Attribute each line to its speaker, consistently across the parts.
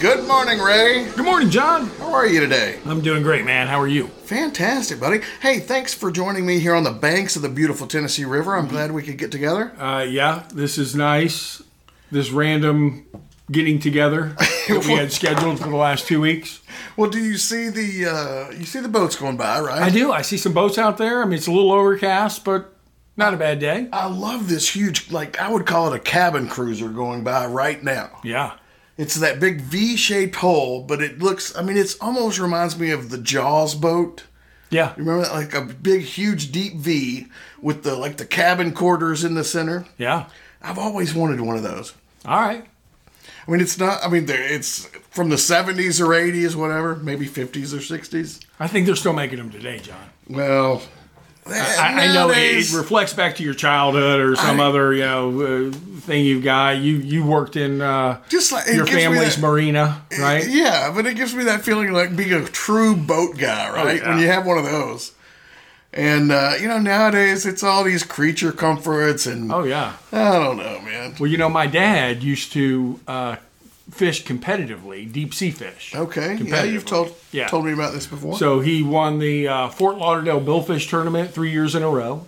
Speaker 1: Good morning, Ray.
Speaker 2: Good morning, John.
Speaker 1: How are you today?
Speaker 2: I'm doing great, man. How are you?
Speaker 1: Fantastic, buddy. Hey, thanks for joining me here on the banks of the beautiful Tennessee River.
Speaker 2: Mm-hmm.
Speaker 1: I'm glad we could get together.
Speaker 2: Uh, yeah, this is nice. This random getting together that we had scheduled for the last two weeks.
Speaker 1: Well, do you see the uh, you see the boats going by, right?
Speaker 2: I do. I see some boats out there. I mean, it's a little overcast, but not a bad day.
Speaker 1: I love this huge, like I would call it a cabin cruiser going by right now.
Speaker 2: Yeah.
Speaker 1: It's that big V-shaped hole, but it looks. I mean, it's almost reminds me of the Jaws boat.
Speaker 2: Yeah.
Speaker 1: You remember that, like a big, huge, deep V with the like the cabin quarters in the center.
Speaker 2: Yeah.
Speaker 1: I've always wanted one of those.
Speaker 2: All right.
Speaker 1: I mean, it's not. I mean, they're- it's from the seventies or eighties, whatever, maybe fifties or sixties.
Speaker 2: I think they're still making them today, John.
Speaker 1: Well,
Speaker 2: I, I know it, it
Speaker 1: nowadays-
Speaker 2: reflects back to your childhood or some
Speaker 1: I-
Speaker 2: other you know uh, thing you've got. You you worked in uh,
Speaker 1: Just like- it
Speaker 2: your
Speaker 1: gives me
Speaker 2: family's
Speaker 1: that-
Speaker 2: marina, right?
Speaker 1: Yeah, but it gives me that feeling like being a true boat guy, right?
Speaker 2: Oh, yeah.
Speaker 1: When you have one of those. And uh, you know, nowadays it's all these creature comforts, and
Speaker 2: Oh yeah.
Speaker 1: I don't know, man.
Speaker 2: Well, you know, my dad used to uh, fish competitively, deep sea fish.
Speaker 1: Okay, yeah, you've
Speaker 2: Competitively.
Speaker 1: told
Speaker 2: Yeah.
Speaker 1: told me about this before.
Speaker 2: So he won the uh, Fort Lauderdale Billfish Tournament three years in a row,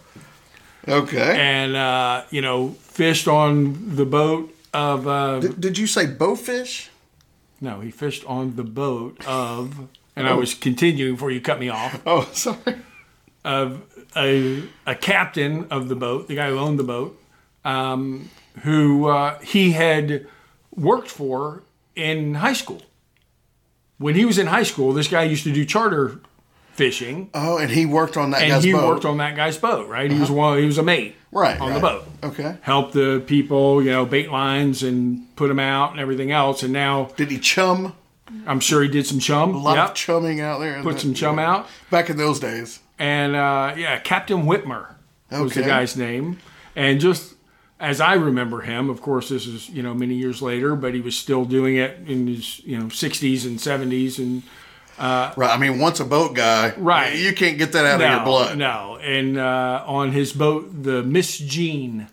Speaker 1: okay,
Speaker 2: and uh, you know, fished on the boat of uh,
Speaker 1: did you say bowfish?
Speaker 2: no, he fished on the boat of, and I was continuing before you cut me off
Speaker 1: Oh, sorry.
Speaker 2: of a a captain of the boat, the guy who owned the boat, um, who uh, he had worked for in high school. When he was in high school, this guy used to do charter fishing,
Speaker 1: Oh, and he worked on that
Speaker 2: and
Speaker 1: guy's
Speaker 2: he
Speaker 1: boat. Uh-huh.
Speaker 2: worked on that guy's boat. Right, he was one. He was a mate.
Speaker 1: Right,
Speaker 2: on the
Speaker 1: right.
Speaker 2: boat.
Speaker 1: okay.
Speaker 2: Helped the people, you know, bait lines and put them out and everything else. And now
Speaker 1: Did he chum?
Speaker 2: I'm sure he did some chum.
Speaker 1: A lot
Speaker 2: Yep.
Speaker 1: of chumming out there.
Speaker 2: put some chum out.
Speaker 1: Back in those days.
Speaker 2: and uh, yeah, Captain Whitmer was the
Speaker 1: Okay.
Speaker 2: guy's name. And just as I remember him, of course, this is you know many years later, but he was still doing it in his you know 60s and 70s and
Speaker 1: Right. I mean, once a boat guy,
Speaker 2: Right.
Speaker 1: You can't get that out of your blood.
Speaker 2: No, and uh, on his boat, the Miss Jean,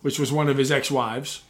Speaker 2: which was one of his ex-wives,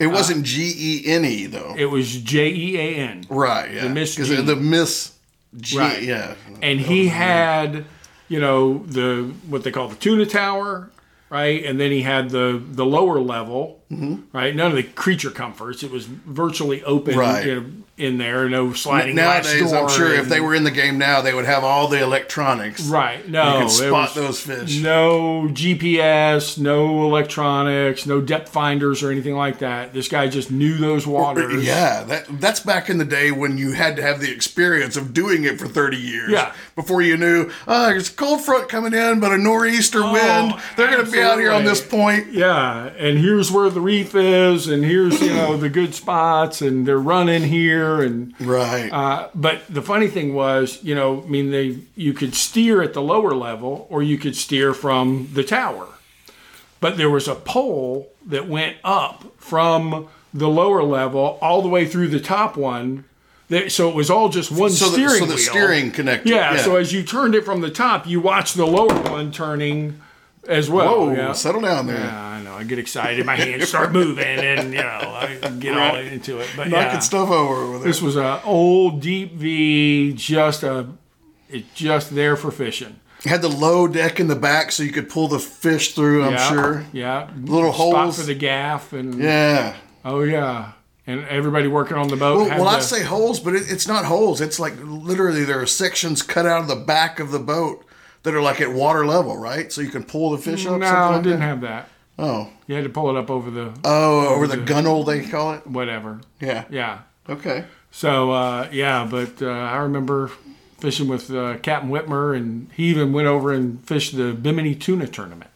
Speaker 1: It wasn't G E N E though.
Speaker 2: it was J E A N,
Speaker 1: right. Yeah.
Speaker 2: Miss
Speaker 1: 'Cause
Speaker 2: G.
Speaker 1: The Miss G.
Speaker 2: Right.
Speaker 1: Yeah.
Speaker 2: and he had you know the what they call the tuna tower right and then he had the the lower level
Speaker 1: Mm-hmm.
Speaker 2: right none of the creature comforts it was virtually open
Speaker 1: Right.
Speaker 2: you know, in there no sliding glass
Speaker 1: Nowadays, I'm
Speaker 2: door
Speaker 1: sure if
Speaker 2: and-
Speaker 1: they were in the game now, they would have all the electronics.
Speaker 2: right no
Speaker 1: You could
Speaker 2: there
Speaker 1: spot
Speaker 2: was
Speaker 1: those fish.
Speaker 2: no gps no electronics no depth finders or anything like that this guy just knew those waters
Speaker 1: Yeah, that that's back in the day when you had to have the experience of doing it for 30 years
Speaker 2: Yeah.
Speaker 1: before you knew, oh, there's a cold front coming in, but a nor'easter
Speaker 2: Oh,
Speaker 1: wind. They're going to be out here on this point.
Speaker 2: Yeah, and here's where the reef is, and here's you know the good spots, and they're running here, and
Speaker 1: Right.
Speaker 2: uh, but the funny thing was, you know, I mean, they you could steer at the lower level, or you could steer from the tower, but there was a pole that went up from the lower level all the way through the top one, that, so it was all just one
Speaker 1: so,
Speaker 2: steering
Speaker 1: the, so the
Speaker 2: wheel.
Speaker 1: steering connector.
Speaker 2: Yeah, so as you turned it from the top, you watched the lower one turning as well.
Speaker 1: Whoa,
Speaker 2: yeah.
Speaker 1: Oh, settle down there.
Speaker 2: Yeah, I know. I get excited. My hands start moving, and you know, I get all into it. But
Speaker 1: Knocking
Speaker 2: yeah,
Speaker 1: stuff over over there.
Speaker 2: this was a old deep V, just a, it's just there for fishing.
Speaker 1: Had the low deck in the back so you could pull the fish through, I'm
Speaker 2: Yeah,
Speaker 1: sure.
Speaker 2: Yeah,
Speaker 1: Little
Speaker 2: Spot
Speaker 1: holes.
Speaker 2: for the gaff, and
Speaker 1: Yeah.
Speaker 2: oh yeah, and everybody working on the boat.
Speaker 1: Well,
Speaker 2: had
Speaker 1: well
Speaker 2: the-
Speaker 1: I say holes, but it, it's not holes. It's like literally there are sections cut out of the back of the boat that are like at water level, right? So you can pull the fish up.
Speaker 2: no,
Speaker 1: something
Speaker 2: I
Speaker 1: like
Speaker 2: didn't
Speaker 1: that?
Speaker 2: have that.
Speaker 1: Oh.
Speaker 2: You had to pull it up over the
Speaker 1: Oh, over the gunnel, they call it.
Speaker 2: whatever.
Speaker 1: Yeah.
Speaker 2: Yeah.
Speaker 1: Okay.
Speaker 2: So uh, yeah, but uh, I remember fishing with uh, Captain Whitmer, and he even went over and fished the Bimini Tuna Tournament.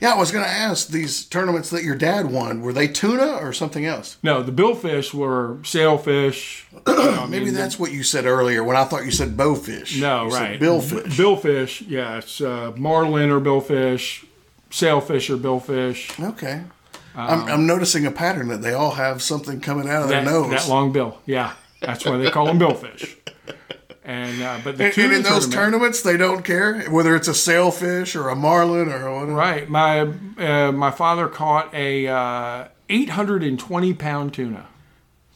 Speaker 1: Yeah, I was going to ask these tournaments that your dad won, were they tuna or something else?
Speaker 2: No, the billfish were sailfish.
Speaker 1: Maybe that's what you said earlier when I thought you said bowfish.
Speaker 2: No,
Speaker 1: You said
Speaker 2: right.
Speaker 1: Billfish.
Speaker 2: Billfish, yeah, it's uh, marlin or billfish, sailfish or billfish.
Speaker 1: Okay. I'm, I'm noticing a pattern that they all have something coming out of
Speaker 2: Um, That,
Speaker 1: their nose.
Speaker 2: that long bill, yeah, that's why they call them billfish. And uh, but the
Speaker 1: and, and
Speaker 2: tuna
Speaker 1: in those
Speaker 2: tournament,
Speaker 1: tournaments, they don't care whether it's a sailfish or a marlin or whatever.
Speaker 2: right? My uh, my father caught a uh, 820 pound tuna.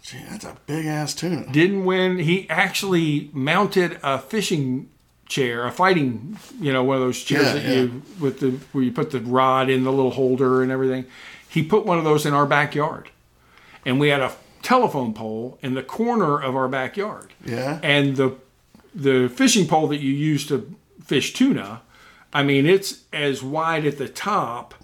Speaker 1: Gee, that's a big ass tuna.
Speaker 2: Didn't win. He actually mounted a fishing chair, a fighting, you know, one of those chairs
Speaker 1: Yeah,
Speaker 2: that
Speaker 1: yeah.
Speaker 2: you with the where you put the rod in the little holder and everything. He put one of those in our backyard, and we had a telephone pole in the corner of our backyard.
Speaker 1: Yeah.
Speaker 2: and the the fishing pole that you use to fish tuna, I mean, it's as wide at the top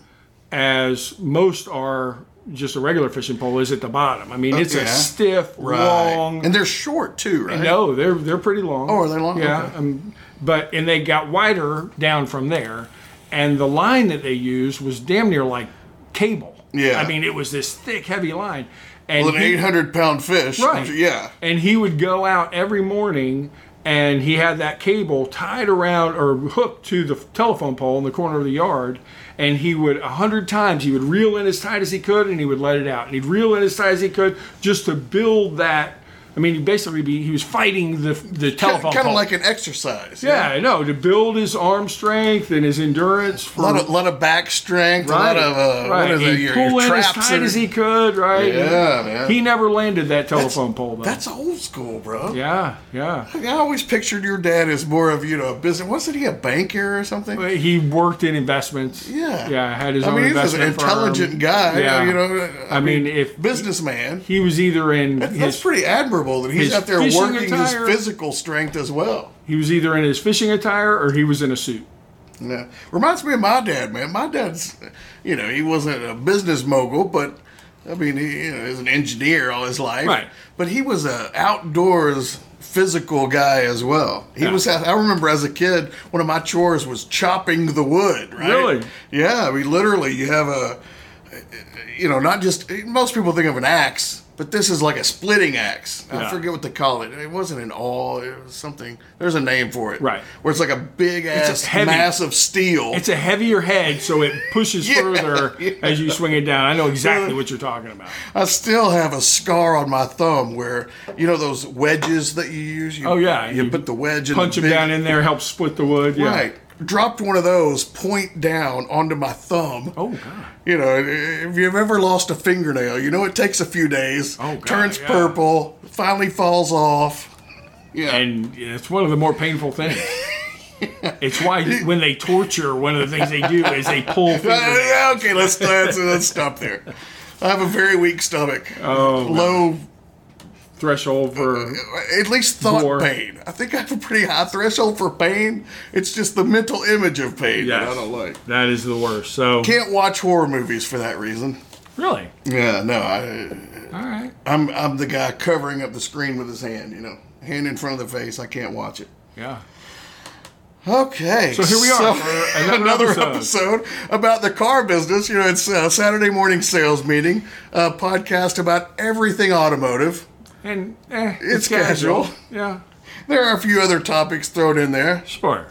Speaker 2: as most are. Just a regular fishing pole is at the bottom. I mean, it's
Speaker 1: Oh, yeah.
Speaker 2: a stiff,
Speaker 1: Right.
Speaker 2: long,
Speaker 1: And they're short too, right?
Speaker 2: no, they're they're pretty long.
Speaker 1: Oh, are they long?
Speaker 2: Yeah,
Speaker 1: Okay.
Speaker 2: um, but and they got wider down from there, and the line that they used was damn near like cable.
Speaker 1: Yeah.
Speaker 2: I mean it was this thick, heavy line, and
Speaker 1: Well, an
Speaker 2: he-
Speaker 1: 800 pound fish.
Speaker 2: Right.
Speaker 1: Yeah.
Speaker 2: and he would go out every morning, and he had that cable tied around or hooked to the telephone pole in the corner of the yard, and he would a hundred times he would reel in as tight as he could, and he would let it out, and he'd reel in as tight as he could just to build that. I mean, he basically be, he was fighting the the telephone
Speaker 1: Kind of
Speaker 2: pole.
Speaker 1: like an exercise.
Speaker 2: Yeah, I know. To build his arm strength and his endurance for
Speaker 1: A lot of, lot of back strength, a lot of uh,
Speaker 2: right.
Speaker 1: what is it,
Speaker 2: He'd
Speaker 1: your,
Speaker 2: pull
Speaker 1: your
Speaker 2: in as
Speaker 1: traps.
Speaker 2: tight
Speaker 1: are-
Speaker 2: as he could, right?
Speaker 1: Yeah, man.
Speaker 2: He never landed that telephone pole though.
Speaker 1: That's old school, bro.
Speaker 2: yeah, yeah.
Speaker 1: I always pictured your dad as more of you know a business. Wasn't he a banker or something?
Speaker 2: But He worked in investments.
Speaker 1: Yeah.
Speaker 2: yeah. Had his
Speaker 1: I
Speaker 2: own
Speaker 1: mean, he was an
Speaker 2: investment
Speaker 1: intelligent
Speaker 2: firm.
Speaker 1: guy.
Speaker 2: Yeah.
Speaker 1: You know,
Speaker 2: I mean, if
Speaker 1: businessman.
Speaker 2: he was either in
Speaker 1: That's
Speaker 2: his,
Speaker 1: pretty admirable that he's
Speaker 2: his
Speaker 1: out there
Speaker 2: fishing
Speaker 1: working
Speaker 2: attire-
Speaker 1: his physical strength as well.
Speaker 2: he was either in his fishing attire or he was in a suit.
Speaker 1: Yeah. Reminds me of my dad, man. My dad's, you know, he wasn't a business mogul, but I mean, he you know, is an engineer all his life.
Speaker 2: Right.
Speaker 1: But he was a outdoors physical guy as well. He
Speaker 2: Yeah.
Speaker 1: was. I remember as a kid, one of my chores was chopping the wood. Right.
Speaker 2: Really?
Speaker 1: Yeah. I mean, literally, you have a, you know, not just most people think of an axe. But this is like a splitting axe. I
Speaker 2: Yeah.
Speaker 1: forget what they call it. It wasn't an awl. It was something. There's a name for it.
Speaker 2: Right.
Speaker 1: Where it's like a big ass
Speaker 2: heavy-
Speaker 1: mass of steel.
Speaker 2: It's a heavier head, so it pushes
Speaker 1: Yeah,
Speaker 2: further
Speaker 1: yeah. Uh,
Speaker 2: as you swing it down. I know exactly what you're talking about.
Speaker 1: I still have a scar on my thumb where you know those wedges that you use. You,
Speaker 2: Oh, yeah,
Speaker 1: you,
Speaker 2: you
Speaker 1: put the wedge in
Speaker 2: Punch
Speaker 1: the
Speaker 2: him
Speaker 1: big-
Speaker 2: down in there, help split the wood. Yeah.
Speaker 1: Right, dropped one of those point down onto my thumb.
Speaker 2: Oh God.
Speaker 1: You know, if you've ever lost a fingernail, you know it takes a few days.
Speaker 2: Oh, God,
Speaker 1: turns
Speaker 2: yeah.
Speaker 1: purple, finally falls off. Yeah,
Speaker 2: And it's one of the more painful things. It's why when they torture, one of the things they do is they pull
Speaker 1: Uh,
Speaker 2: fingers.
Speaker 1: yeah, okay, let's, let's let's stop there. I have a very weak stomach. Oh, low
Speaker 2: threshold for
Speaker 1: Uh-huh. at least thought
Speaker 2: More.
Speaker 1: pain. I think I have a pretty high threshold for pain. It's just the mental image of pain that I
Speaker 2: Yes.
Speaker 1: don't like.
Speaker 2: that is the worst. So
Speaker 1: Can't watch horror movies for that reason.
Speaker 2: really,
Speaker 1: Yeah, no, I,
Speaker 2: all right.
Speaker 1: I'm I'm the guy covering up the screen with his hand. You know, hand in front of the face. I can't watch it.
Speaker 2: Yeah.
Speaker 1: Okay.
Speaker 2: So here we are for another
Speaker 1: episode.
Speaker 2: episode.
Speaker 1: about the car business. You know, it's a Saturday morning sales meeting, a podcast about everything automotive.
Speaker 2: And eh,
Speaker 1: It's casual.
Speaker 2: Yeah.
Speaker 1: There are a few other topics thrown in there.
Speaker 2: Sure.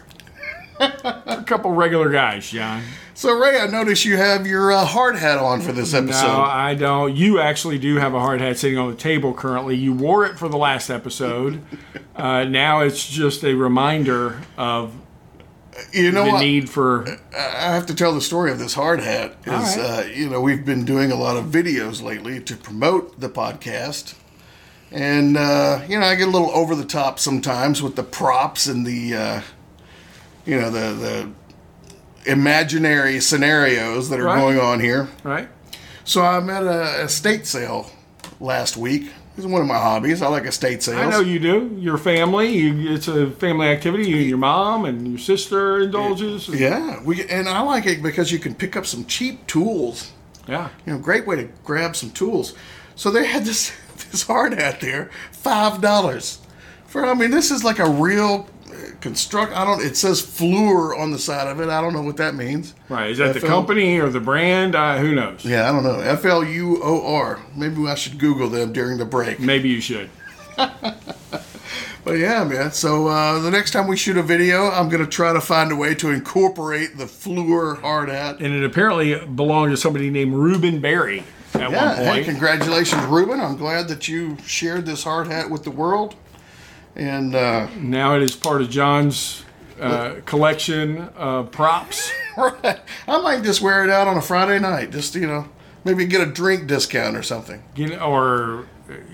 Speaker 2: a couple regular guys, John.
Speaker 1: So Ray, I notice you have your uh, hard hat on for this
Speaker 2: No,
Speaker 1: episode.
Speaker 2: I don't. You actually do have a hard hat sitting on the table currently. You wore it for the last episode. uh, now it's just a reminder of
Speaker 1: you know
Speaker 2: the
Speaker 1: what?
Speaker 2: need for.
Speaker 1: I have to tell the story of this hard hat. Is
Speaker 2: right.
Speaker 1: uh, you know we've been doing a lot of videos lately to promote the podcast, and uh, you know I get a little over the top sometimes with the props and the uh, you know the the imaginary scenarios that are
Speaker 2: Right.
Speaker 1: going on here.
Speaker 2: Right?
Speaker 1: So I'm at a estate sale last week. It's one of my hobbies. I like estate sales.
Speaker 2: I know you do. Your family, you, it's a family activity. You and your mom and your sister indulges. Yeah.
Speaker 1: Yeah, we and I like it because you can pick up some cheap tools. You know, great way to grab some tools. So they had this this hard hat there, five dollars. For I mean, this is like a real uh, construct. I don't. It says Fleur on the side of it. I don't know what that means.
Speaker 2: Right. Is that the
Speaker 1: FL
Speaker 2: company or the brand? Uh, who knows?
Speaker 1: Yeah, I don't know. F L U O R. Maybe I should Google them during the break.
Speaker 2: Maybe you should.
Speaker 1: But yeah, man. So uh, the next time we shoot a video, I'm gonna try to find a way to incorporate the Fleur hard hat.
Speaker 2: And it apparently belonged to somebody named Reuben Berry at
Speaker 1: Yeah,
Speaker 2: one
Speaker 1: hey,
Speaker 2: point.
Speaker 1: congratulations, Ruben. I'm glad that you shared this hard hat with the world. And uh,
Speaker 2: Now it is part of John's uh, collection of props.
Speaker 1: I might just wear it out on a Friday night. Just, you know, maybe get a drink discount or something.
Speaker 2: You know, or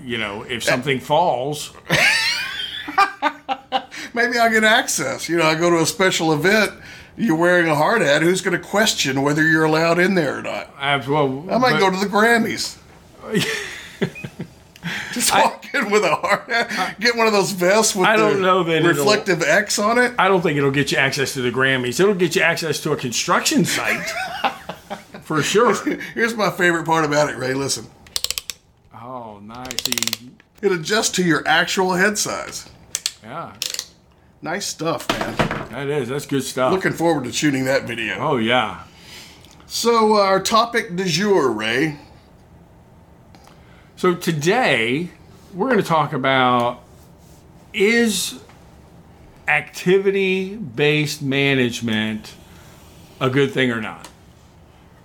Speaker 2: you know, if something falls,
Speaker 1: Maybe I'll get access. You know, I go to a special event. You're wearing a hard hat. Who's going to question whether you're allowed in there or not?
Speaker 2: I well,
Speaker 1: I might
Speaker 2: but-
Speaker 1: go to the Grammys. Just walk in with a hard hat. Get one of those vests with
Speaker 2: I don't
Speaker 1: the
Speaker 2: know that it'll-
Speaker 1: reflective X on it.
Speaker 2: I don't think it'll get you access to the Grammys. It'll get you access to a construction site for sure.
Speaker 1: Here's my favorite part about it, Ray. Listen,
Speaker 2: Oh, nice. You-
Speaker 1: it adjusts to your actual head size.
Speaker 2: Yeah,
Speaker 1: Nice stuff, man.
Speaker 2: that is. That's good stuff.
Speaker 1: Looking forward to shooting that video.
Speaker 2: oh yeah.
Speaker 1: So, uh, our topic du jour, Ray.
Speaker 2: So today we're going to talk about is activity based management a good thing or not?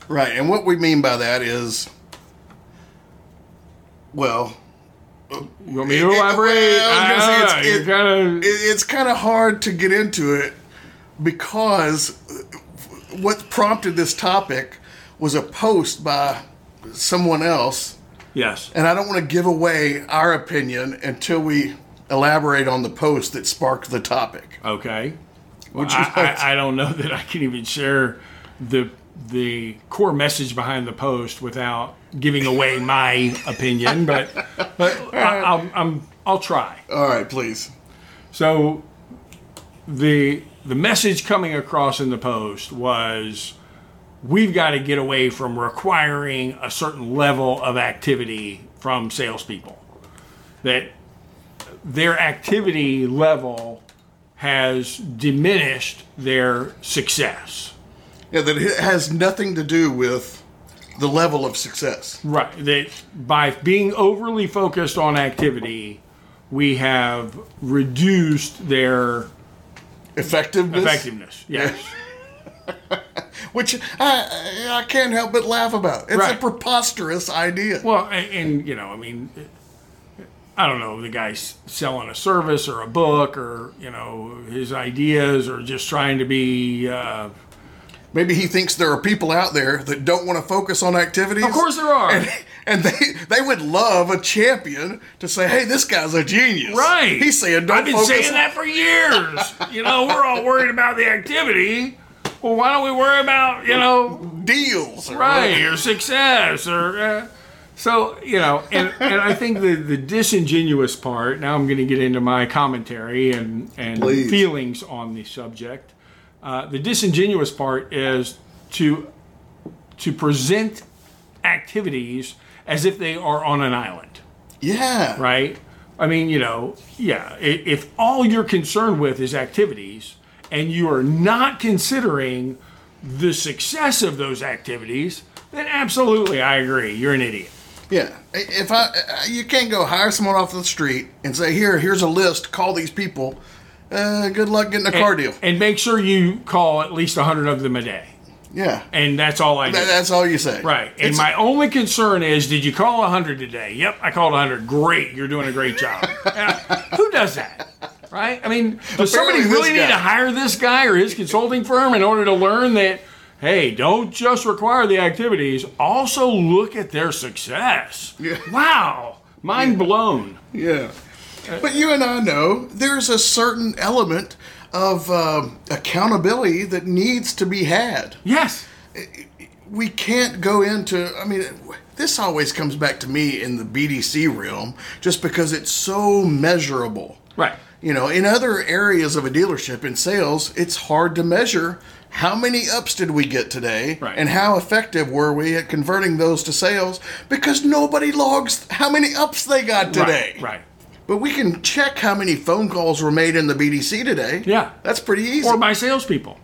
Speaker 1: Right, and what we mean by that is, well,
Speaker 2: You want me to
Speaker 1: It- it-
Speaker 2: elaborate?
Speaker 1: well, I was gonna
Speaker 2: don't
Speaker 1: say it's-
Speaker 2: know. You're
Speaker 1: it,
Speaker 2: gonna-
Speaker 1: it's kind of hard to get into it because what prompted this topic was a post by someone else,
Speaker 2: yes.
Speaker 1: and I don't want to give away our opinion until we elaborate on the post that sparked the topic.
Speaker 2: Okay.
Speaker 1: Would you
Speaker 2: I,
Speaker 1: like-
Speaker 2: I, I don't know that I can even share the the core message behind the post without giving away my opinion, but but I, I'll, I'm I'll try.
Speaker 1: All right, please.
Speaker 2: So the the message coming across in the post was we've got to get away from requiring a certain level of activity from salespeople. That their activity level has diminished their success.
Speaker 1: Yeah, that it has nothing to do with the level of success.
Speaker 2: Right. That by being overly focused on activity, we have reduced their
Speaker 1: Effectiveness.
Speaker 2: effectiveness. Yes.
Speaker 1: which I I can't help but laugh about. It's a
Speaker 2: Right.
Speaker 1: preposterous idea.
Speaker 2: Well, a- and, you know, I mean, I don't know, the guy's selling a service or a book or, you know, his ideas or just trying to be. Uh,
Speaker 1: Maybe he thinks there are people out there that don't want to focus on activities.
Speaker 2: of course there are.
Speaker 1: And they they would love a champion to say, "Hey, this guy's a genius."
Speaker 2: right.
Speaker 1: He's saying, "Don't
Speaker 2: I've been
Speaker 1: focus."
Speaker 2: saying that for years. you know, we're all worried about the activity. Well, why don't we worry about, you know,
Speaker 1: on Deals, or
Speaker 2: right or success or uh, so you know and and i think the the disingenuous part now i'm going to get into my commentary and and
Speaker 1: Please.
Speaker 2: feelings on the subject uh, the disingenuous part is to to present activities as if they are on an island
Speaker 1: Yeah.
Speaker 2: right? I mean, you know, yeah, i- if all you're concerned with is activities and you are not considering the success of those activities, then absolutely, I agree. You're an idiot.
Speaker 1: Yeah. If I I- you can't go hire someone off the street and say, "Here, here's a list. Call these people." Uh, good luck getting a car deal.
Speaker 2: And make sure you call at least 100 of them a day.
Speaker 1: Yeah.
Speaker 2: And that's all I do.
Speaker 1: That- that's all you say.
Speaker 2: Right. And
Speaker 1: It's-
Speaker 2: my only concern is did you call 100 today? Yep, I called 100. Great. You're doing a great job. Yeah, Who does that? Right? I mean, does somebody
Speaker 1: Apparently this
Speaker 2: really need
Speaker 1: guy.
Speaker 2: to hire this guy or his consulting firm in order to learn that, hey, don't just require the activities, also look at their success? Wow. Mind blown.
Speaker 1: Yeah. But you and I know there's a certain element of um, accountability that needs to be had.
Speaker 2: Yes.
Speaker 1: We can't go into, I mean, this always comes back to me in the BDC realm just because it's so measurable.
Speaker 2: Right.
Speaker 1: You know, in other areas of a dealership in sales, it's hard to measure how many ups did we get today
Speaker 2: Right.
Speaker 1: and how effective were we at converting those to sales because nobody logs how many ups they got today.
Speaker 2: Right. right.
Speaker 1: But we can check how many phone calls were made in the BDC today.
Speaker 2: Yeah.
Speaker 1: That's pretty easy.
Speaker 2: Or by salespeople.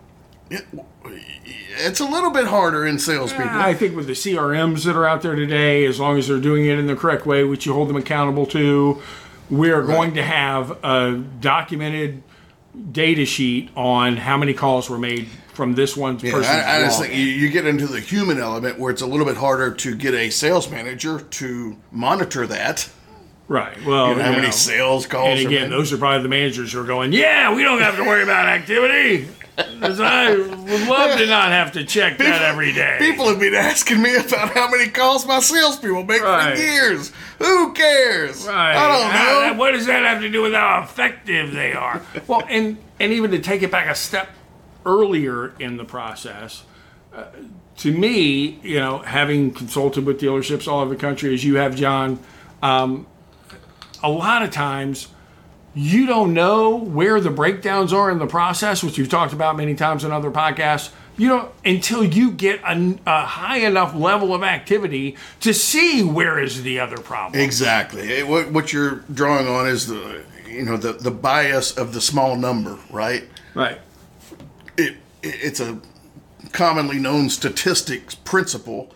Speaker 1: it's a little bit harder in salespeople.
Speaker 2: I think with the CRMs that are out there today, as long as they're doing it in the correct way, which you hold them accountable to, we are going to have a documented data sheet on how many calls were made from this one
Speaker 1: I,
Speaker 2: person.
Speaker 1: I just think you, you get into the human element where it's a little bit harder to get a sales manager to monitor that.
Speaker 2: right. Well,
Speaker 1: How
Speaker 2: you
Speaker 1: many
Speaker 2: know,
Speaker 1: sales calls
Speaker 2: Oh, and
Speaker 1: are
Speaker 2: again,
Speaker 1: made.
Speaker 2: those are probably the managers who are going, "Yeah, we don't have to worry about activity." 'Cause I would love to not have to check that every day.
Speaker 1: People have been asking me about how many calls my salespeople make
Speaker 2: Right.
Speaker 1: for years. Who cares?
Speaker 2: Right.
Speaker 1: I
Speaker 2: How-
Speaker 1: don't know.
Speaker 2: what does that have to do with how effective they are? well, and and even to take it back a step earlier in the process, uh, to me, you know, having consulted with dealerships all over the country, as you have, John, um, a lot of times you don't know where the breakdowns are in the process, which you've talked about many times in other podcasts. You know, until you get a, a high enough level of activity to see where is the other problem.
Speaker 1: Exactly. It- what, what you're drawing on is the you know the, the bias of the small number, right?
Speaker 2: Right.
Speaker 1: it, it it's a commonly known statistics principle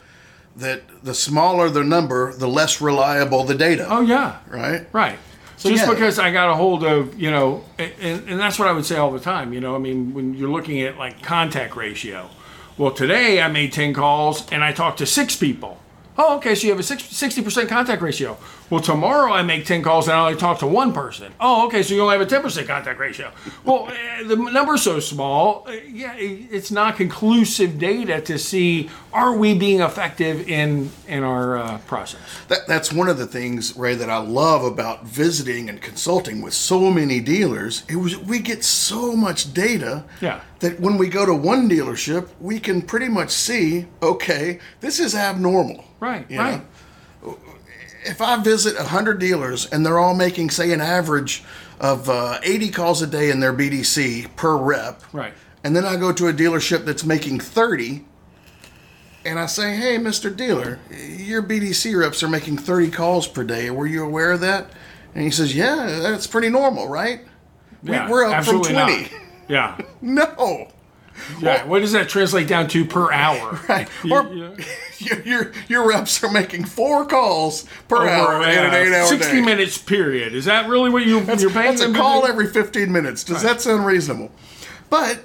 Speaker 1: that the smaller the number, the less reliable the data.
Speaker 2: Oh yeah.
Speaker 1: Right?
Speaker 2: Right. Just
Speaker 1: yeah.
Speaker 2: because I got a hold of you know, a- and, and that's what I would say all the time. You know, I mean, when you're looking at like contact ratio, well, today I made ten calls and I talked to six people. Oh, okay, so you have a sixty percent contact ratio. Well, tomorrow I make ten calls and I only talk to one person. Oh, okay, so you only have a ten percent contact ratio. Well, eh, the number's so small, eh, yeah, it- it's not conclusive data to see are we being effective in in our uh, process.
Speaker 1: That, that's one of the things, Ray, that I love about visiting and consulting with so many dealers. It was we get so much data
Speaker 2: Yeah.
Speaker 1: that when we go to one dealership, we can pretty much see, okay, this is abnormal.
Speaker 2: Right.
Speaker 1: You
Speaker 2: right.
Speaker 1: know? if I visit 100 dealers and they're all making, say, an average of uh, 80 calls a day in their BDC per rep,
Speaker 2: Right.
Speaker 1: and then I go to a dealership that's making 30, and I say, hey, Mr. Dealer, your BDC reps are making 30 calls per day. Were you aware of that? And he says, yeah, that's pretty normal, right? We-
Speaker 2: Yeah,
Speaker 1: we're up from
Speaker 2: absolutely
Speaker 1: 20.
Speaker 2: not. Yeah.
Speaker 1: No.
Speaker 2: Yeah. What does that translate down to per hour?
Speaker 1: Right.
Speaker 2: You-
Speaker 1: Or
Speaker 2: you-
Speaker 1: your, your, your reps are making four calls per
Speaker 2: over
Speaker 1: hour in an
Speaker 2: a
Speaker 1: eight hour day.
Speaker 2: 60 minutes period. Is that really what you, you're paying
Speaker 1: That's a
Speaker 2: them to
Speaker 1: call
Speaker 2: do?
Speaker 1: every 15 minutes. Does that sound reasonable? But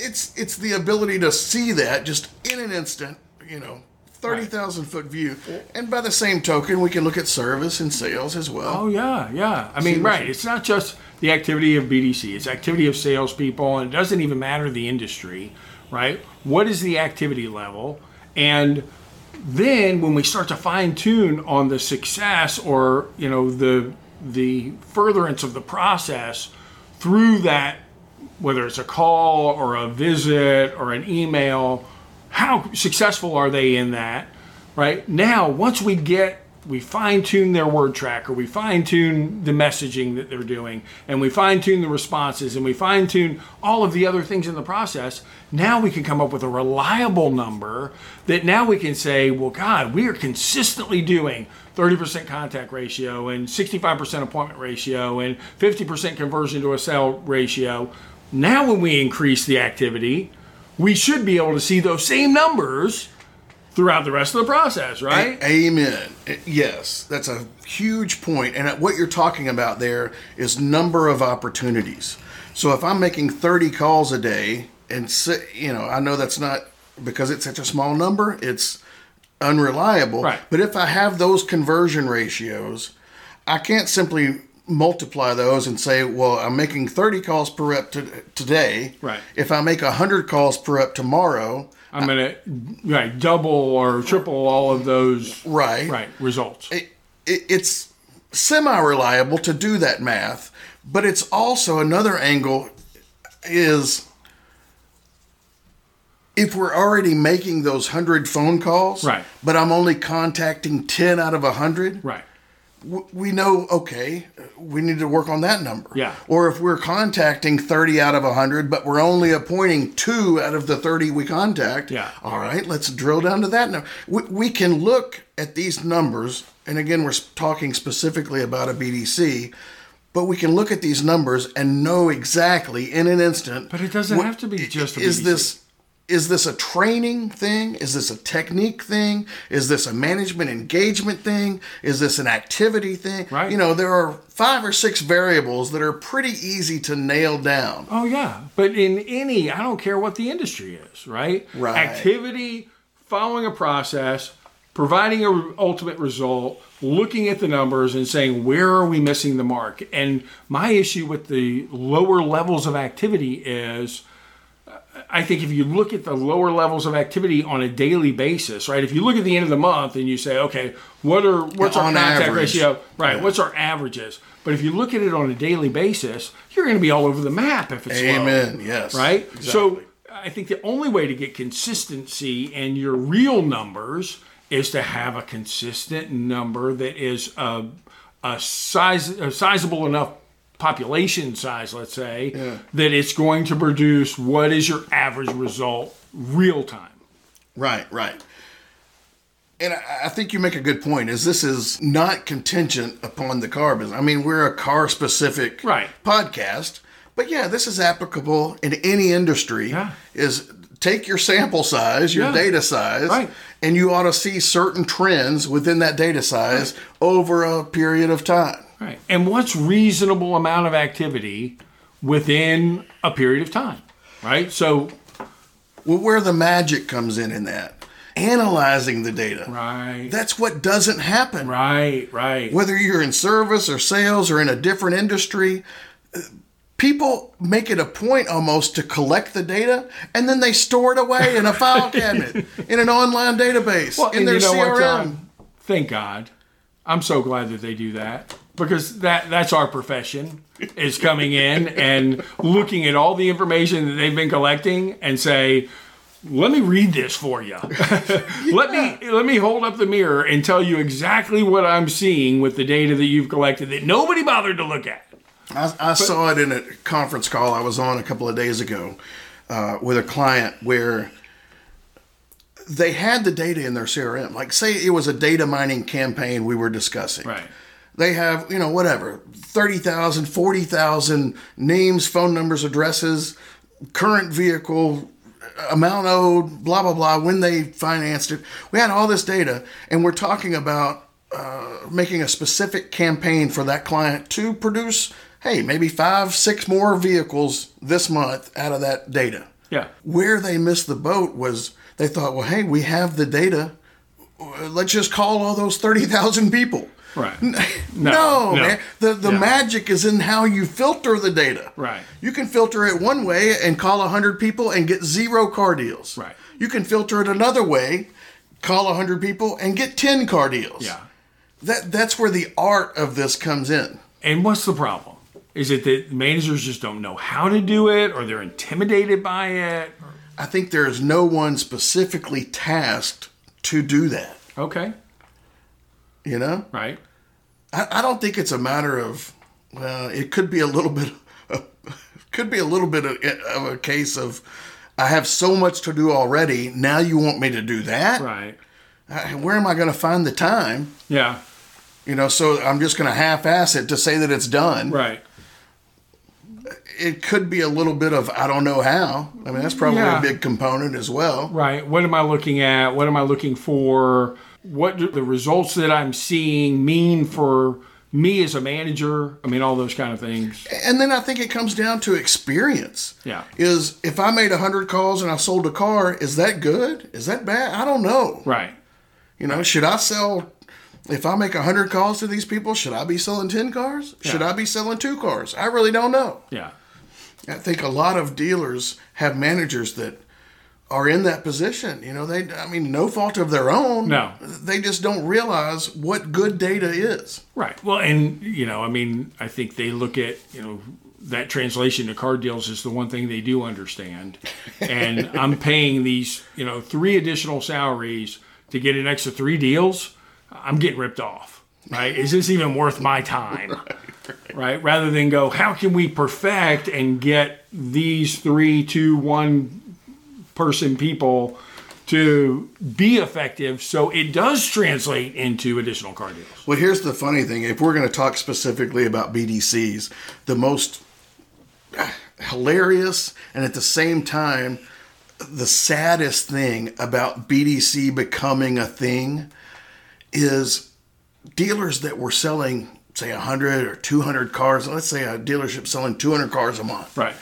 Speaker 1: it's it's the ability to see that just in an instant, you know, 30,000 foot view. And by the same token, we can look at service and sales as well.
Speaker 2: Oh, yeah. Yeah. I mean, right. It's not just the activity of BDC, it's activity of salespeople, and it doesn't even matter the industry, right? What is the activity level? And then when we start to fine tune on the success or, you know, the, the furtherance of the process through that whether it's a call or a visit or an email, how successful are they in that? Right now, once we get we fine tune their word tracker, we fine tune the messaging that they're doing, and we fine tune the responses, and we fine tune all of the other things in the process. Now we can come up with a reliable number that now we can say, well, God, we are consistently doing 30% contact ratio and 65% appointment ratio and 50% conversion to a sale ratio. Now, when we increase the activity, we should be able to see those same numbers throughout the rest of the process, right?
Speaker 1: Amen. Uh, Yes, that's a huge point. And uh, what you're talking about there is number of opportunities. So if I'm making 30 calls a day, and si- you know, I know that's not because it's such a small number, it's unreliable.
Speaker 2: Right.
Speaker 1: But if I have those conversion ratios, I can't simply multiply those and say, well, I'm making 30 calls per rep to, today.
Speaker 2: Right.
Speaker 1: If I make 100 calls per rep tomorrow,
Speaker 2: I'm gonna right double or triple all of those
Speaker 1: right.
Speaker 2: right results.
Speaker 1: it, it, it's semi-reliable to do that math, but it's also another angle is if we're already making those hundred phone calls,
Speaker 2: Right.
Speaker 1: But I'm only contacting ten out of hundred,
Speaker 2: Right.
Speaker 1: w- we know okay we need to work on that number
Speaker 2: Yeah.
Speaker 1: or if we're contacting 30 out of 100 but we're only appointing two out of the 30 we contact
Speaker 2: Yeah.
Speaker 1: all right let's drill down to that number we, we can look at these numbers and again we're s- talking specifically about a bdc but we can look at these numbers and know exactly in an instant
Speaker 2: But it doesn't have to be
Speaker 1: i-
Speaker 2: just a
Speaker 1: is
Speaker 2: BBC.
Speaker 1: this is this a training thing? Is this a technique thing? Is this a management engagement thing? Is this an activity thing?
Speaker 2: Right.
Speaker 1: You know, there are five or six variables that are pretty easy to nail down.
Speaker 2: Oh yeah, but in any, I don't care what the industry is, right?
Speaker 1: Right.
Speaker 2: Activity, following a process, providing a ultimate result, looking at the numbers and saying where are we missing the mark. And my issue with the lower levels of activity is I think if you look at the lower levels of activity on a daily basis, right? If you look at the end of the month and you say, okay, what are what's
Speaker 1: Yeah,
Speaker 2: our
Speaker 1: on
Speaker 2: contact
Speaker 1: average.
Speaker 2: ratio? Right,
Speaker 1: Yeah.
Speaker 2: what's our averages? But if you look at it on a daily basis, you're going to be all over the map if it's low,
Speaker 1: Amen. Yes.
Speaker 2: right? So
Speaker 1: Exactly.
Speaker 2: I think the only way to get consistency in your real numbers is to have a consistent number that is a, a size a sizable enough population size, let's say, that it's going to produce what is your average result real time.
Speaker 1: Right, right. And I, I think you make a good point. Is this is not contingent upon the car business? I mean, we're a car specific
Speaker 2: Right.
Speaker 1: podcast, but yeah, this is applicable in any industry.
Speaker 2: Yeah.
Speaker 1: Is take your sample size, your
Speaker 2: Yeah.
Speaker 1: data size,
Speaker 2: Right.
Speaker 1: and you ought to see certain trends within that data size over a period of time.
Speaker 2: Right. And what's reasonable amount of activity within a period of time? Right? So
Speaker 1: Well, where the magic comes in in that analyzing the data.
Speaker 2: right.
Speaker 1: That's what doesn't happen.
Speaker 2: right, right.
Speaker 1: whether you're in service or sales or in a different industry, uh, people make it a point almost to collect the data and then they store it away in a file cabinet, in an online database, in
Speaker 2: and
Speaker 1: their
Speaker 2: what,
Speaker 1: CRM.
Speaker 2: John? Thank God. I'm so glad that they do that because that that's our profession is coming in and looking at all the information that they've been collecting and say let me read this for you. Let me let me hold up the mirror and tell you exactly what I'm seeing with the data that you've collected that nobody bothered to look at.
Speaker 1: I, I saw it in a conference call I was on a couple of days ago uh, with a client where they had the data in their CRM. Like, say it was a data mining campaign we were discussing.
Speaker 2: Right.
Speaker 1: They have, you know, whatever, 30,000, 40,000 names, phone numbers, addresses, current vehicle, amount owed, blah, blah, blah, when they financed it. We had all this data, and we're talking about uh, making a specific campaign for that client to produce, hey, maybe five, six more vehicles this month out of that data.
Speaker 2: Yeah.
Speaker 1: Where they missed the boat was they thought, well, hey, we have the data. Let's just call all those 30,000 people.
Speaker 2: Right.
Speaker 1: No,
Speaker 2: no.
Speaker 1: man. The, the
Speaker 2: Yeah.
Speaker 1: magic is in how you filter the data.
Speaker 2: Right.
Speaker 1: You can filter it one way and call 100 people and get zero car deals.
Speaker 2: Right.
Speaker 1: You can filter it another way, call 100 people and get 10 car deals.
Speaker 2: Yeah.
Speaker 1: That, that's where the art of this comes in.
Speaker 2: And what's the problem? Is it that managers just don't know how to do it or they're intimidated by it?
Speaker 1: I think there is no one specifically tasked to do that.
Speaker 2: Okay.
Speaker 1: You know?
Speaker 2: Right.
Speaker 1: I, I don't think it's a matter of. Well, it could be a little bit. could be a little bit of, of a case of. I have so much to do already. Now you want me to do that?
Speaker 2: Right.
Speaker 1: I- where am I going to find the time?
Speaker 2: Yeah.
Speaker 1: You know, so I'm just going to half-ass it to say that it's done.
Speaker 2: Right.
Speaker 1: It could be a little bit of I don't know how. I mean, that's probably
Speaker 2: Yeah.
Speaker 1: a big component as well.
Speaker 2: Right. What am I looking at? What am I looking for? What do the results that I'm seeing mean for me as a manager? I mean, all those kind of things.
Speaker 1: And then I think it comes down to experience.
Speaker 2: Yeah.
Speaker 1: Is if I made 100 calls and I sold a car, is that good? Is that bad? I don't know.
Speaker 2: Right.
Speaker 1: You know, should I sell? If I make 100 calls to these people, should I be selling 10 cars? Should
Speaker 2: Yeah.
Speaker 1: I be selling two cars? I really don't know.
Speaker 2: Yeah.
Speaker 1: I think a lot of dealers have managers that are in that position. You know, they, I mean, no fault of their own.
Speaker 2: No.
Speaker 1: They just don't realize what good data is.
Speaker 2: Right. Well, and you know, I mean, I think they look at you know that translation to car deals is the one thing they do understand. And I'm paying these you know three additional salaries to get an extra three deals. I'm getting ripped off. Right? Is this even worth my time? right? Rather than go, how can we perfect and get these three, two, one person people to be effective so it does translate into additional car deals?
Speaker 1: Well, here's the funny thing if we're going to talk specifically about BDCs, the most uh, hilarious and at the same time, the saddest thing about BDC becoming a thing is dealers that were selling, say, 100 or 200 cars. Let's say a dealership selling 200 cars a month.
Speaker 2: Right.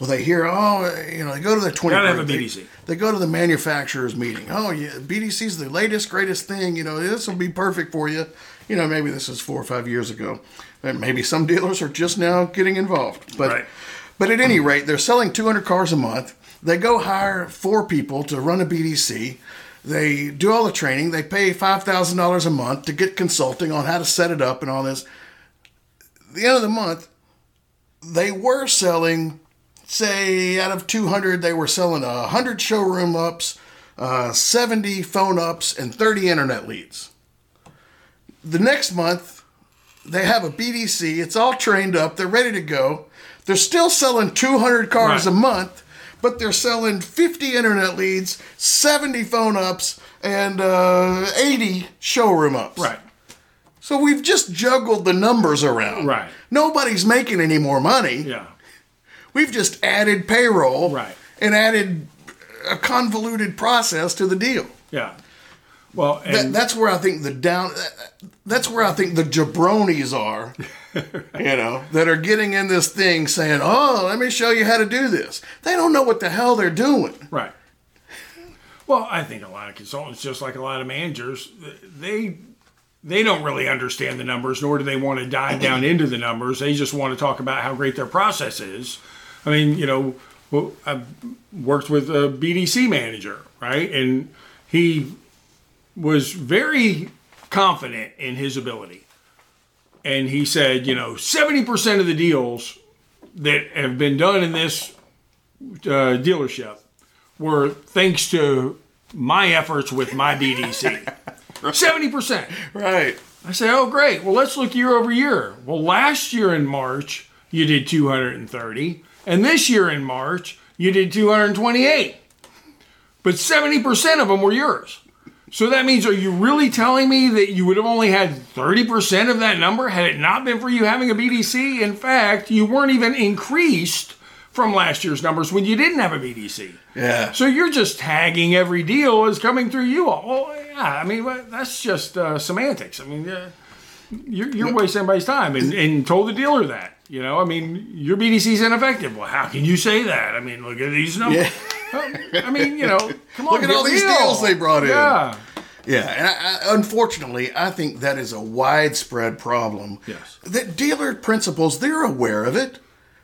Speaker 1: Well, they hear, oh, you know, they go to the 20.
Speaker 2: Gotta have a
Speaker 1: they-
Speaker 2: BDC.
Speaker 1: They, go to the manufacturer's meeting. Oh, yeah, BDC's the latest, greatest thing. You know, this will be perfect for you. You know, maybe this is four or five years ago. And maybe some dealers are just now getting involved. But,
Speaker 2: Right.
Speaker 1: but at any rate, they're selling 200 cars a month. They go hire four people to run a BDC. They do all the training. They pay $5,000 a month to get consulting on how to set it up and all this. At the end of the month, they were selling, say, out of 200, they were selling 100 showroom ups, uh, 70 phone ups, and 30 internet leads. The next month, they have a BDC. It's all trained up. They're ready to go. They're still selling 200 cars
Speaker 2: Right.
Speaker 1: a month, but they're selling 50 internet leads, 70 phone ups, and uh, 80 showroom ups.
Speaker 2: Right.
Speaker 1: So we've just juggled the numbers around.
Speaker 2: Right.
Speaker 1: Nobody's making any more money.
Speaker 2: Yeah.
Speaker 1: We've just added payroll.
Speaker 2: Right.
Speaker 1: And added a convoluted process to the deal.
Speaker 2: Yeah. Well, and
Speaker 1: That, that's where I think the down. That's where I think the jabronis are, you know, that are getting in this thing saying, "Oh, let me show you how to do this." They don't know what the hell they're doing.
Speaker 2: Right. Well, I think a lot of consultants, just like a lot of managers, th- they they don't really understand the numbers, nor do they want to dive down into the numbers. They just want to talk about how great their process is. I mean, you know, well, I've worked with a BDC manager, right, and he was very confident in his ability. And he said, you know, 70% of the deals that have been done in this uh, dealership were thanks to my efforts with my BDC. 70%.
Speaker 1: Right.
Speaker 2: I say, oh, great. Well, let's look year over year. Well, last year in March, you did 230, and this year in March, you did 228. But 70% of them were yours. So that means, are you really telling me that you would have only had 30% of that number had it not been for you having a BDC? In fact, you weren't even increased from last year's numbers when you didn't have a BDC.
Speaker 1: Yeah.
Speaker 2: So you're just tagging every deal as coming through you all. Well, yeah, I mean well, that's just uh, semantics. I mean, uh, you're, you're wasting everybody's time and, and told the dealer that. You know, I mean, your BDC's ineffective. Well, how can you say that? I mean, look at these numbers. I mean, you know, come on,
Speaker 1: Look at
Speaker 2: get
Speaker 1: all these
Speaker 2: real.
Speaker 1: deals they brought in.
Speaker 2: Yeah,
Speaker 1: Yeah, and I, I, unfortunately, I think that is a widespread problem.
Speaker 2: Yes.
Speaker 1: That dealer principals, they're aware of it.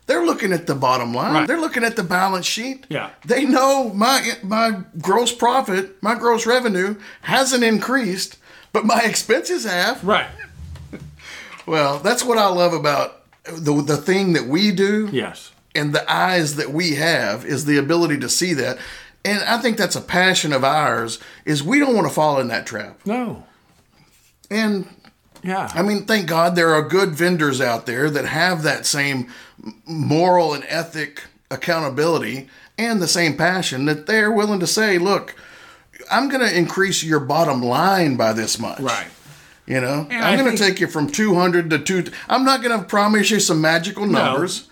Speaker 1: They're looking at the bottom line.
Speaker 2: Right.
Speaker 1: They're looking at the balance sheet.
Speaker 2: Yeah.
Speaker 1: They know my my gross profit, my gross revenue hasn't increased, but my expenses have.
Speaker 2: right.
Speaker 1: Well, that's what I love about the the thing that we do
Speaker 2: Yes.
Speaker 1: and the eyes that we have is the ability to see that. And I think that's a passion of ours is we don't want to fall in that trap.
Speaker 2: No.
Speaker 1: And
Speaker 2: Yeah.
Speaker 1: I mean, thank God there are good vendors out there that have that same m- moral and ethic accountability and the same passion that they're willing to say, look, I'm going to increase your bottom line by this much.
Speaker 2: right.
Speaker 1: You know,
Speaker 2: And
Speaker 1: I'm
Speaker 2: I
Speaker 1: going to
Speaker 2: think-
Speaker 1: take you from 200 to 2 I'm not going to promise you some magical numbers,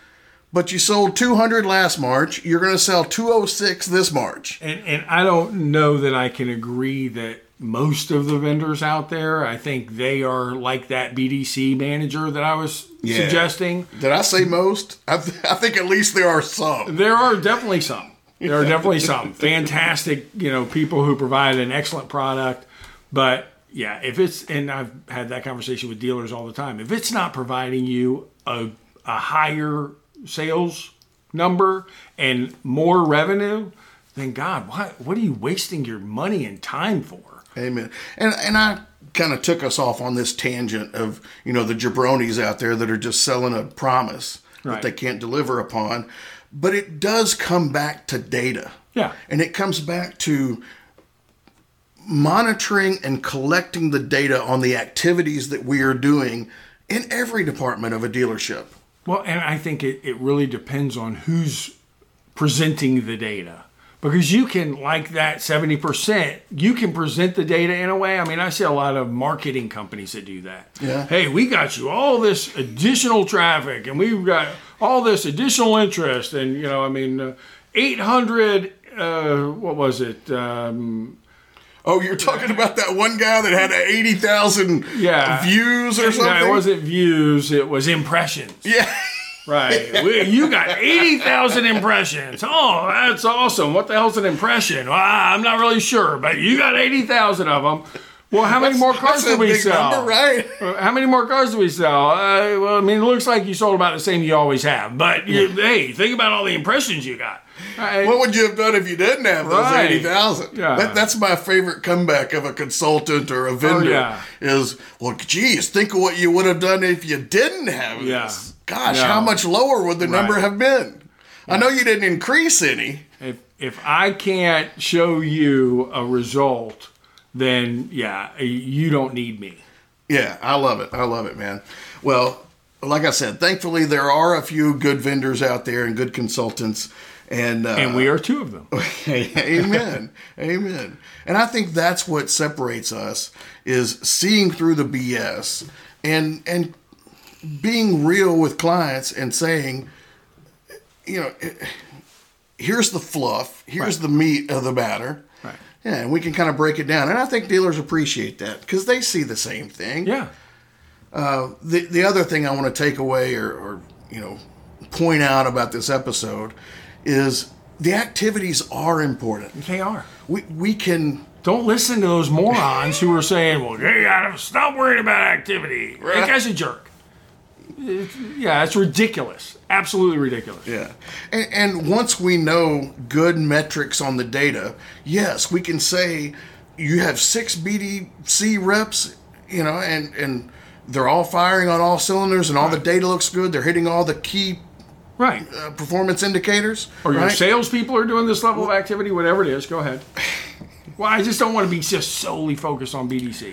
Speaker 1: but you sold 200 last March, you're going to sell 206 this March.
Speaker 2: And and I don't know that I can agree that most of the vendors out there, I think they are like that BDC manager that I was suggesting.
Speaker 1: Did I say most? I, th- I think at least there are some.
Speaker 2: There are definitely some. There are definitely some fantastic, you know, people who provide an excellent product, but yeah, if it's and I've had that conversation with dealers all the time. If it's not providing you a a higher sales number and more revenue, then God, what what are you wasting your money and time for?
Speaker 1: Amen. And and I kind of took us off on this tangent of you know the jabronis out there that are just selling a promise that
Speaker 2: Right.
Speaker 1: they can't deliver upon, but it does come back to data.
Speaker 2: Yeah.
Speaker 1: And it comes back to monitoring and collecting the data on the activities that we are doing in every department of a dealership.
Speaker 2: Well, and I think it, it really depends on who's presenting the data. Because you can, like that 70%, you can present the data in a way. I mean, I see a lot of marketing companies that do that.
Speaker 1: Yeah.
Speaker 2: Hey, we got you all this additional traffic and we've got all this additional interest. And, you know, I mean, uh, 800, uh, what was it? Um,
Speaker 1: Oh, you're talking about that one guy that had 80,000
Speaker 2: Yeah.
Speaker 1: views or something?
Speaker 2: no, it wasn't views, it was impressions.
Speaker 1: Yeah.
Speaker 2: Right. We- you got 80,000 impressions. Oh, that's awesome. What the hell's an impression? Well, I- I'm not really sure, but you got 80,000 of them. Well, how many
Speaker 1: That's-
Speaker 2: more
Speaker 1: that's
Speaker 2: cars do
Speaker 1: a
Speaker 2: we
Speaker 1: big
Speaker 2: sell?
Speaker 1: number, right?
Speaker 2: Uh, How many more cars do we sell? Uh, well, I mean, it looks like you sold about the same you always have. But you, hey, think about all the impressions you got. I-
Speaker 1: What would you have done if you didn't have those
Speaker 2: Right.
Speaker 1: eighty thousand?
Speaker 2: Yeah. Oh,
Speaker 1: That, that's my favorite comeback of a consultant or a vendor.
Speaker 2: yeah.
Speaker 1: Is well, geez, think of what you would have done if you didn't have
Speaker 2: Yeah.
Speaker 1: this. Gosh,
Speaker 2: No.
Speaker 1: how much lower would the number
Speaker 2: Right.
Speaker 1: have been? I know you didn't increase any.
Speaker 2: if if I can't show you a result, then yeah, you don't need me.
Speaker 1: Yeah, I love it. I love it, man. Well, like I said, thankfully there are a few good vendors out there and good consultants, and uh,
Speaker 2: And we are two of them.
Speaker 1: amen amen and i think that's what separates us is seeing through the bs and and being real with clients and saying you know eh, here's the fluff here's the meat of the matter
Speaker 2: Right.
Speaker 1: yeah, and we can kind of break it down and i think dealers appreciate that because they see the same thing
Speaker 2: Yeah.
Speaker 1: the, the other thing I want to take away or, or you know point out about this episode is the activities are important.
Speaker 2: They are.
Speaker 1: We we can
Speaker 2: Don't listen to those morons who are saying, "Well, hey, Adam, stop worrying about activity." That
Speaker 1: Right.
Speaker 2: guy's a jerk. It's- yeah, it's ridiculous. Absolutely ridiculous.
Speaker 1: yeah. And, and once we know good metrics on the data, yes, we can say you have six BDC reps, you know, and and they're all firing on all cylinders, and all the data looks good. They're hitting all the key
Speaker 2: Right.
Speaker 1: uh, performance indicators.
Speaker 2: Or your
Speaker 1: right?
Speaker 2: salespeople are doing this level of activity, whatever it is. Go ahead. Well, I just don't want to be just solely focused on BDC.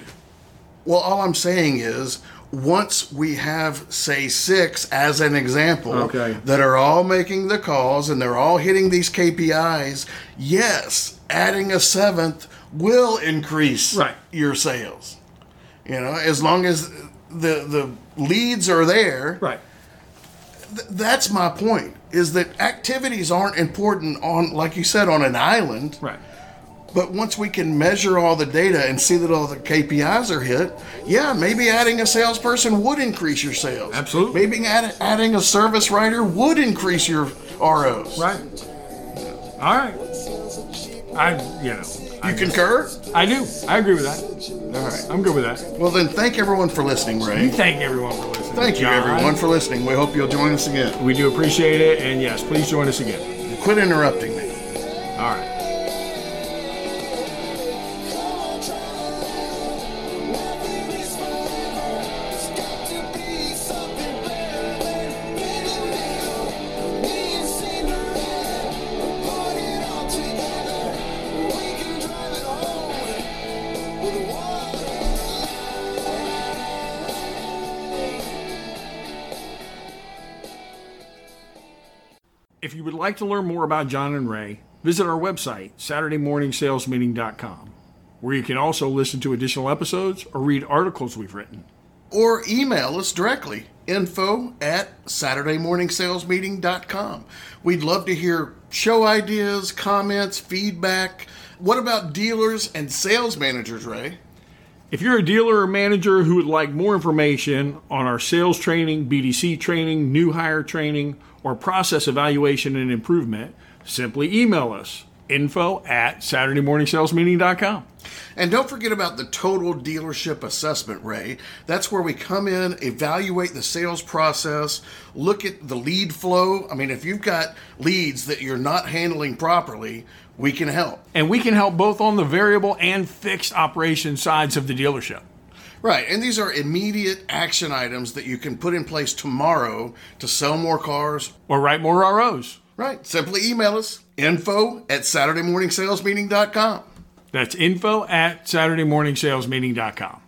Speaker 1: Well, all I'm saying is once we have, say, six as an example
Speaker 2: Okay.
Speaker 1: that are all making the calls and they're all hitting these KPIs, yes, adding a seventh will increase
Speaker 2: Right.
Speaker 1: your sales. You know, as long as the the leads are there,
Speaker 2: Right.
Speaker 1: th- that's my point. Is that activities aren't important on, like you said, on an island.
Speaker 2: Right.
Speaker 1: But once we can measure all the data and see that all the KPIs are hit, yeah, maybe adding a salesperson would increase your sales.
Speaker 2: Absolutely.
Speaker 1: Maybe add, adding a service writer would increase your ROs.
Speaker 2: Right. All right. I, you know,
Speaker 1: You
Speaker 2: I,
Speaker 1: concur?
Speaker 2: I do. I agree with that.
Speaker 1: All right.
Speaker 2: I'm good with that.
Speaker 1: Well, then thank everyone for listening, Ray.
Speaker 2: Thank everyone for listening.
Speaker 1: Thank you,
Speaker 2: John.
Speaker 1: everyone, for listening. We hope you'll join us again.
Speaker 2: We do appreciate it. And yes, please join us again.
Speaker 1: Quit interrupting me.
Speaker 2: All right.
Speaker 3: With one
Speaker 2: If you would like to learn more about John and Ray, visit our website, SaturdayMorningSalesMeeting.com, where you can also listen to additional episodes or read articles we've written.
Speaker 1: or email us directly info at saturdaymorningsalesmeeting.com we'd love to hear show ideas comments feedback what about dealers and sales managers ray
Speaker 2: If you're a dealer or manager who would like more information on our sales training, BDC training, new hire training, or process evaluation and improvement, simply email us info at SaturdayMorningSalesMeeting.com.
Speaker 1: and don't forget about the total dealership assessment ray that's where we come in evaluate the sales process look at the lead flow i mean if you've got leads that you're not handling properly we can help
Speaker 2: And we can help both on the variable and fixed operation sides of the dealership.
Speaker 1: Right, and these are immediate action items that you can put in place tomorrow to sell more cars.
Speaker 2: Or write more ROs.
Speaker 1: Right, simply email us info at SaturdayMorningSalesMeeting.com.
Speaker 2: That's info at SaturdayMorningSalesMeeting.com.